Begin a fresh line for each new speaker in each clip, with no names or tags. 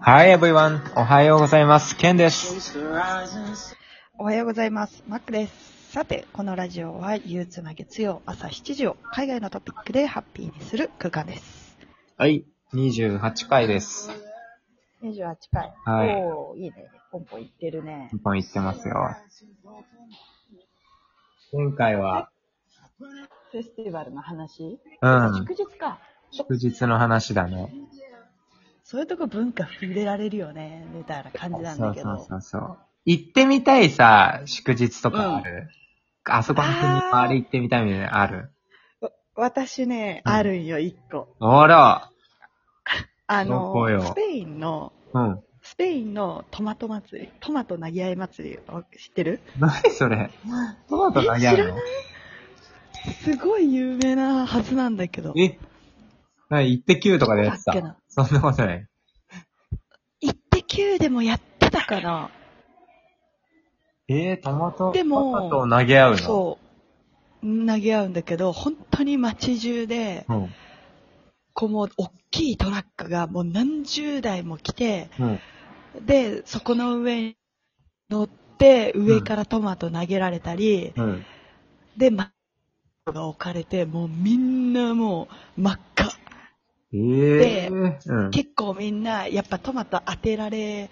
Hi everyone! おはようございます。ケンです。
おはようございます。マックです。さて、このラジオは憂鬱な月曜朝7時を海外のトピックでハッピーにする空間です。
はい。28回です。
28回。
はい
おー、いいね。ポンポンいってるね。
日本行ってますよ。前回は、
フェスティバルの話、
うん、
祝日か。
祝日の話だね。
そういうとこ文化触れられるよね、みたいな感じなん
そ
だ
う
け
そ
ど。
うそうそう。行ってみたいさ、祝日とかある、あそこの国のあれ行ってみたいみたいなのある。
私ね、
うん
あるんよ、一個。
あら
あ
どこよ
の、スペインの、
うん。
スペインのトマト祭り、トマト投げ合い祭り、お知ってる
何それトマト投げあるの
すごい有名なはずなんだけど。
え何行ってきゅうとかでやって。
どこだった
そんなことない。
イッテ Q でもやってたかな
えー、トマト、
でも
トマトを投げ合うの
そう。投げ合うんだけど、本当に街中で、
うん。
こうもう、大きいトラックがもう何十台も来て、
うん。
で、そこの上に乗って、上からトマト投げられたり、
うん。
で、マックが置かれて、もうみんなもう真っ赤。
ええうん。
結構みんな、やっぱトマト当てられ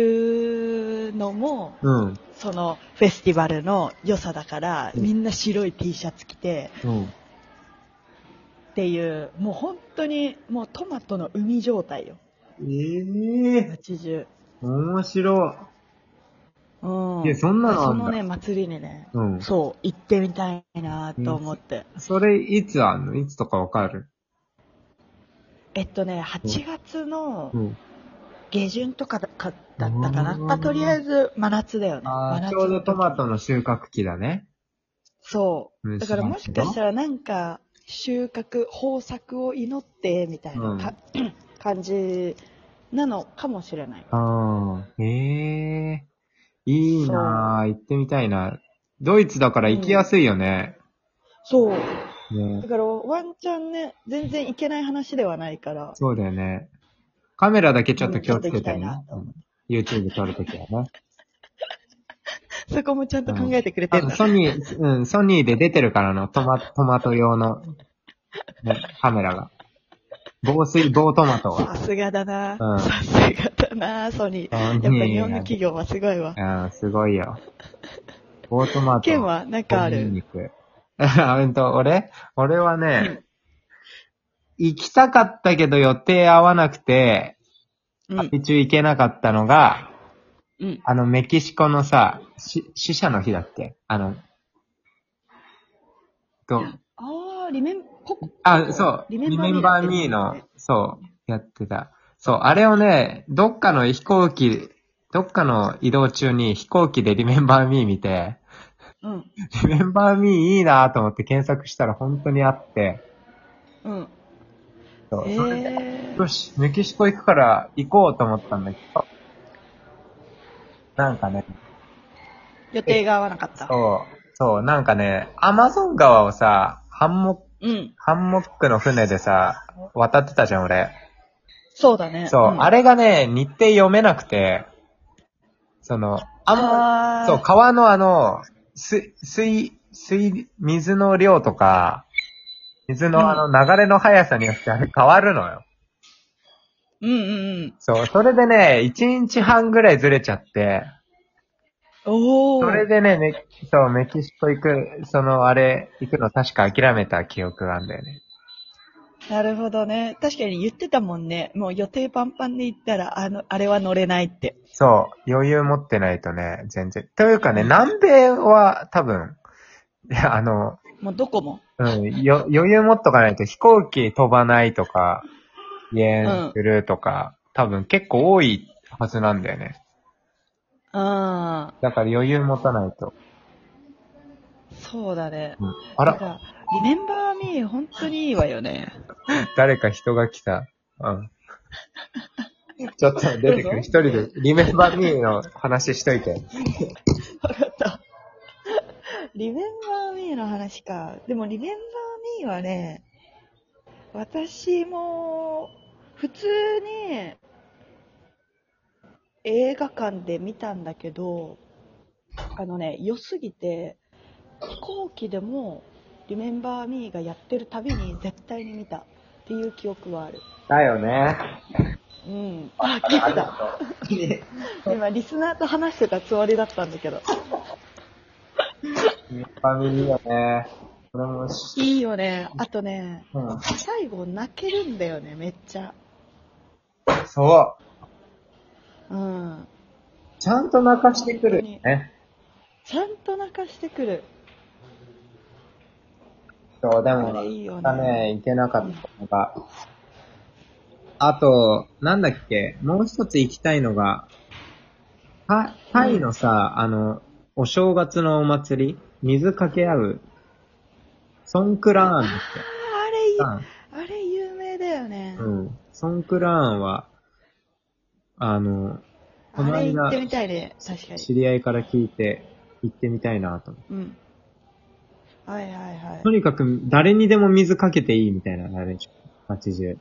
るのも、
うん。
そのフェスティバルの良さだから、
うん
みんな白い T シャツ着て、
うん。
っていう、もう本当に、もうトマトの海状態よ。
ええ
街中。
面白
うん。
い。いや、そんなのあ
そ
んだ。
のね、祭りにね、
うん。
そう、行ってみたいなと思って。
それ、いつあんのいつとかわかる
えっとね、8月の
ん。
下旬とかだかだったかな。
うん
まあ、とりあえず真夏だよね。真
ああ、
夏
ちょうどトマトの収穫期だね。
そう。だから
うん
もしかしたらなんか、収穫、豊作を祈って、みたいなか、 感じなのかもしれない。
ああ、ええいいなぁ。行ってみたいな。ドイツだから行きやすいよね。
そう。だ
ね
からワンチャンね、全然行けない話ではないから。
そうだよね。カメラだけちょっと気をつけて
うんちょっと行きたい
ね
なと思う。
YouTube 撮るときはね。
そこもちゃんと考えてくれて
あ
るん
の
だ。
ソニー、うん、ソニーで出てるからの、トマ、トマト用の、ね、カメラが。防水、防トマトが。
さすがだな
うん。
さすがだな、ソニー。
やっ
やっぱ日本の企業はすごいわ。
うん、すごいよ。防トマト。
ケンはなんかあ
ニン
る。
ニク。あ、うんと、俺俺はね、行きたかったけど予定合わなくて、
うん。
一応行けなかったのが、
うん。
あの、メキシコのさ、し死者の日だっけあの、と、
あー、リメン、ココ
あ、そう。リ
リ
メ
メ
ン
ン
バ
バー
ー
ミー
ミーの、そう、やってた。そう、あれをね、どっかの飛行機、どっかの移動中に飛行機でリメンバーミー見て、
うん。
リメンバーミーいいなと思って検索したら本当にあって、
うん。
そう
え
それで
ー
よ。し、メキシコ行くから行こうと思ったんだけど、なんかね、
予定が合わなかった。
そう、そう、なんかね、アマゾン川をさ、ハンモック、
うん。
ハンモックの船でさ、渡ってたじゃん、俺。
そうだね。
そう、あ
れ
れがね、日程読めなくて、その、あんま、
あー
そう、川のあの、水、水、水、水の量とか、水のあの流れの速さによってあれ変わるのよ。
うんうんうん。
そう、それでね、1日半ぐらいずれちゃって、
おー。
それでね、メキそうメキシコ行く、そのあれ、行くの確か諦めた記憶があるんだよね。
なるほどね。確かに言ってたもんね。もう予定パンパンで行ったら、あの、あれは乗れないって。
そう、余裕持ってないとね、全然。というかね、南米は多分、いや、あの、
もうどこも。
うん、よ、余裕持っとかないと飛行機飛ばないとか、遅延するとか、多分結構多いはずなんだよね。
うん。
だから余裕持たないと。
そうだね。
うん、あ
なん
ら、
か、リメンバーミー、本当にいいわよね。
誰か人が来た。うん。ちょっと出てく
どうぞ
る。一人で、リメンバーミーの話しといて。
わかった。リメンバーミーの話か。でもリメンバーミーはね、私も、普通に、映画館で見たんだけど、あのね、良すぎて、飛行機でも、リメンバーミーがやってるたびに絶対に見たっていう記憶はある。
だよね。
うん。あ、聞いた。今、リスナーと話してたつもりだったんだけど。
リメンバーミーいいよね。俺もし、
いいよね。あとね、
うん。
最後泣けるんだよね、めっちゃ。
そう。
うん。
ちゃんと泣かしてくるよね。
ちゃんと泣かしてくる。
そう、で
あ
も、
れいいよね
またね、いけなかったのが。あと、なんだっけ、もう一つ行きたいのが、タタイのさ、あの、お正月のお祭り、水かけ合う、ソンクラーンだっ
ああ、
け
あれ、あれ有名だよね。
うん。ソンクラーンは、あの、この
あれ行
間
ってみたいね、確かに。
知り合いから聞いて、行ってみたいなと思って。
うん。はいはいはい
と。にかく、誰にでも水かけていいみたいな、あれでしょ、街中。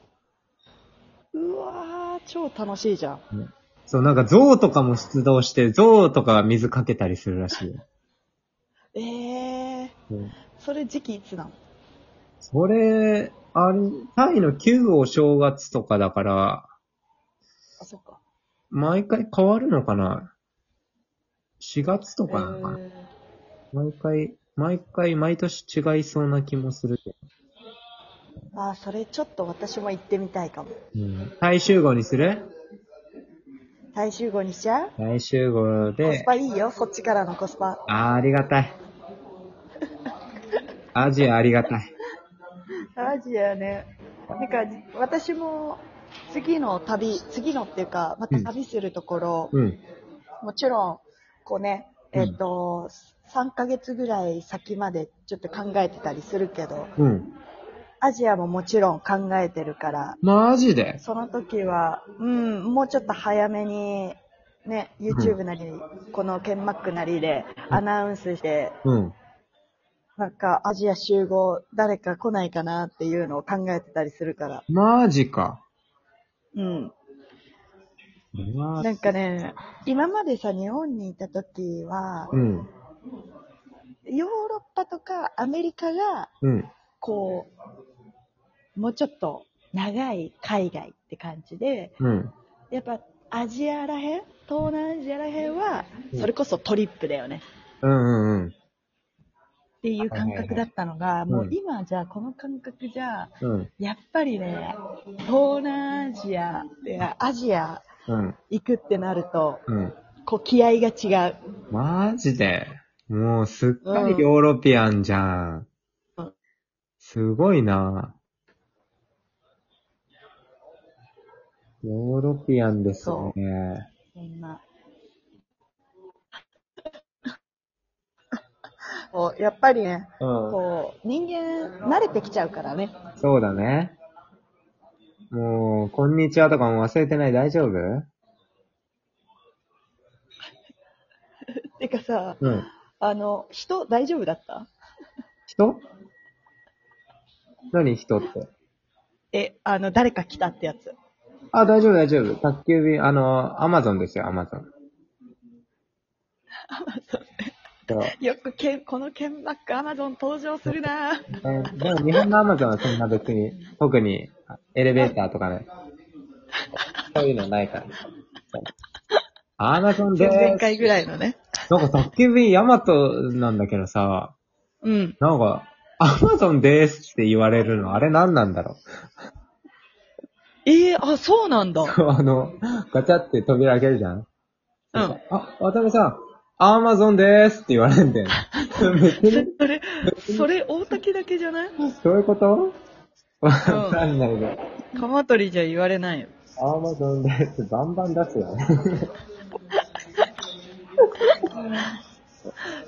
うわー、超楽しいじゃん。
そう、なんか象とかも出動して、象とかが水かけたりするらしいよ。
えー、
うん
それ時期いつなの
それ、あれ、タイの旧お正月とかだから、
あ、そっか。
毎回変わるのかな ?4 月と
え
かなのかな、
ー、
毎回、毎回、毎年違いそうな気もするけど。
あー、それちょっと私も行ってみたいかも。
うん。大集合にする
大集合にしちゃう
大集合
コス
で、
パいいよ、そっちからのコスパ。
あー、ありがたい。アジアありがたい。
アジアね。なんか、私も、次の旅、次のっていうか、また旅するところ、
うん。
もちろん、こうね、
うん
えっ、と、3ヶ月ぐらい先までちょっと考えてたりするけど、
うん。
アジアももちろん考えてるから、
マジで
その時は、うん、もうちょっと早めに、ね、YouTube なり、この剣マックなりでアナウンスして、
うん。
なんかアジア集合、誰か来ないかなっていうのを考えてたりするから、
マジか。
うん。
これは
なんかね、今までさ、日本にいた時は、
うん。
ヨーロッパとかアメリカが、
うん。
こう、もうちょっと長い海外って感じで、
うん。
やっぱアジアらへん東南アジアらへんは、それこそトリップだよね。
うんうんうん。
っていう感覚だったのが、
いはい
もう今じゃ、この感覚じゃ、
うん。
やっぱりね、東南アジア、いやアジア
うん。
行くってなると、
うん。
こう気合が違う。
マジで。もうすっかりヨーロピアンじゃん。
うん
すごいな。ヨーロピアンです
そ
ね。
そん な。こうやっぱりね、
うん。
こう、人間、慣れてきちゃうからね。
そうだね。もう、こんにちはとかも忘れてない大丈夫
てかさ、
うん。
あの、人、大丈夫だった
人何人って。
え、あの、誰か来たってやつ。
あ、大丈夫大丈夫。宅急便、あの、アマゾンですよ、アマゾン。アマゾン
よくけん、この剣バックアマゾン登場するな ぁ。
えーでも日本のアマゾンはそんな別に、特にエレベーターとかね、そういうのないから。アマゾンで
前
ー
回ぐらいのね。
す。なんか宅急便ヤマトなんだけどさ、
うん。
なんか、アマゾンでーすって言われるの、あれ何なんだろ
ええあ、そうなんだ。
う。 あの、ガチャって扉開けるじゃん。
うん。
あ、渡辺さん、アマゾンでーすって言われるんだよね。別に
それ、それ、大滝だけじゃない
どういうことわかんないね。
鎌取じゃ言われないよ。
アマゾンです。バンバン出すよね。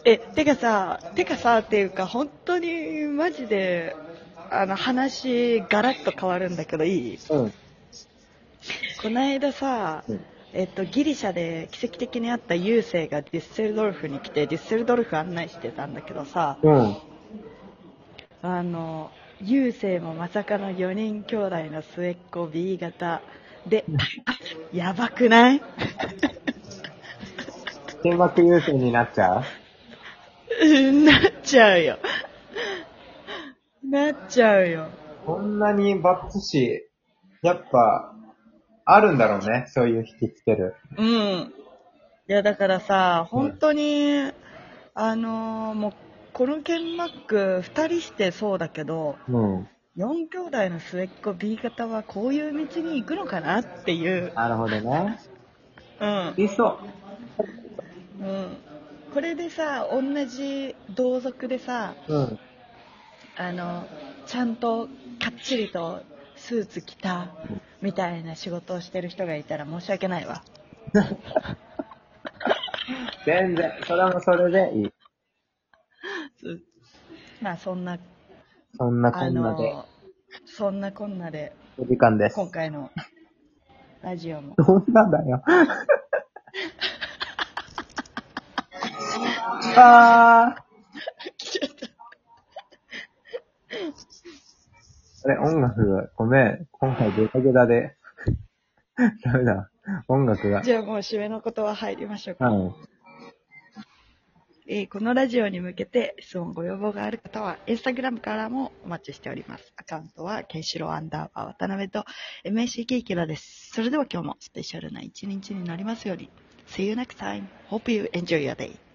え、てかさ、てかさっていうか、本当にマジで、あの話、ガラッと変わるんだけど、いい
うん。
この間さ、
うん
えっと、ギリシャで奇跡的にあった郵政がデュッセルドルフに来てデュッセルドルフ案内してたんだけどさ
うん。
あの郵政もまさかの4人兄弟の末っ子 B 型で やばくない
天幕優先になっちゃう
うんなっちゃうよ なっちゃうよ
こんなにバッチシ、やっぱ、あるんだろうね。そういう引きつける。
うん。いや、だからさ、本当に、あのーもう、この剣マック、二人してそうだけど、
うん。
四兄弟の末っ子 B 型はこういう道に行くのかなっていう。
なるほどね。
うん。
いそう。
うん。これでさ、同じ同族でさ、
うん。
あの、ちゃんとかっちりとスーツ着たみたいな仕事をしてる人がいたら申し訳ないわ。
全然、それもそれでいい。
まあ、そんな、
そんなこ
あ
んな
の
で、
ー、そんなこんなで、
お時間です。
今回のラジオも。
どんなだよ。あー。あれ、音楽が、ごめん。今回デカゲダで。 ダメだ。音楽が。
じゃあもう締めの言葉入りましょうか。
うん。
えーこのラジオに向けて質問ご要望がある方は、インスタグラムからもお待ちしております。アカウントは、ケンシロウアンダーバー渡辺と MAC キイキラです。それでは今日もスペシャルな一日になりますように。See you next time. Hope you enjoy your day.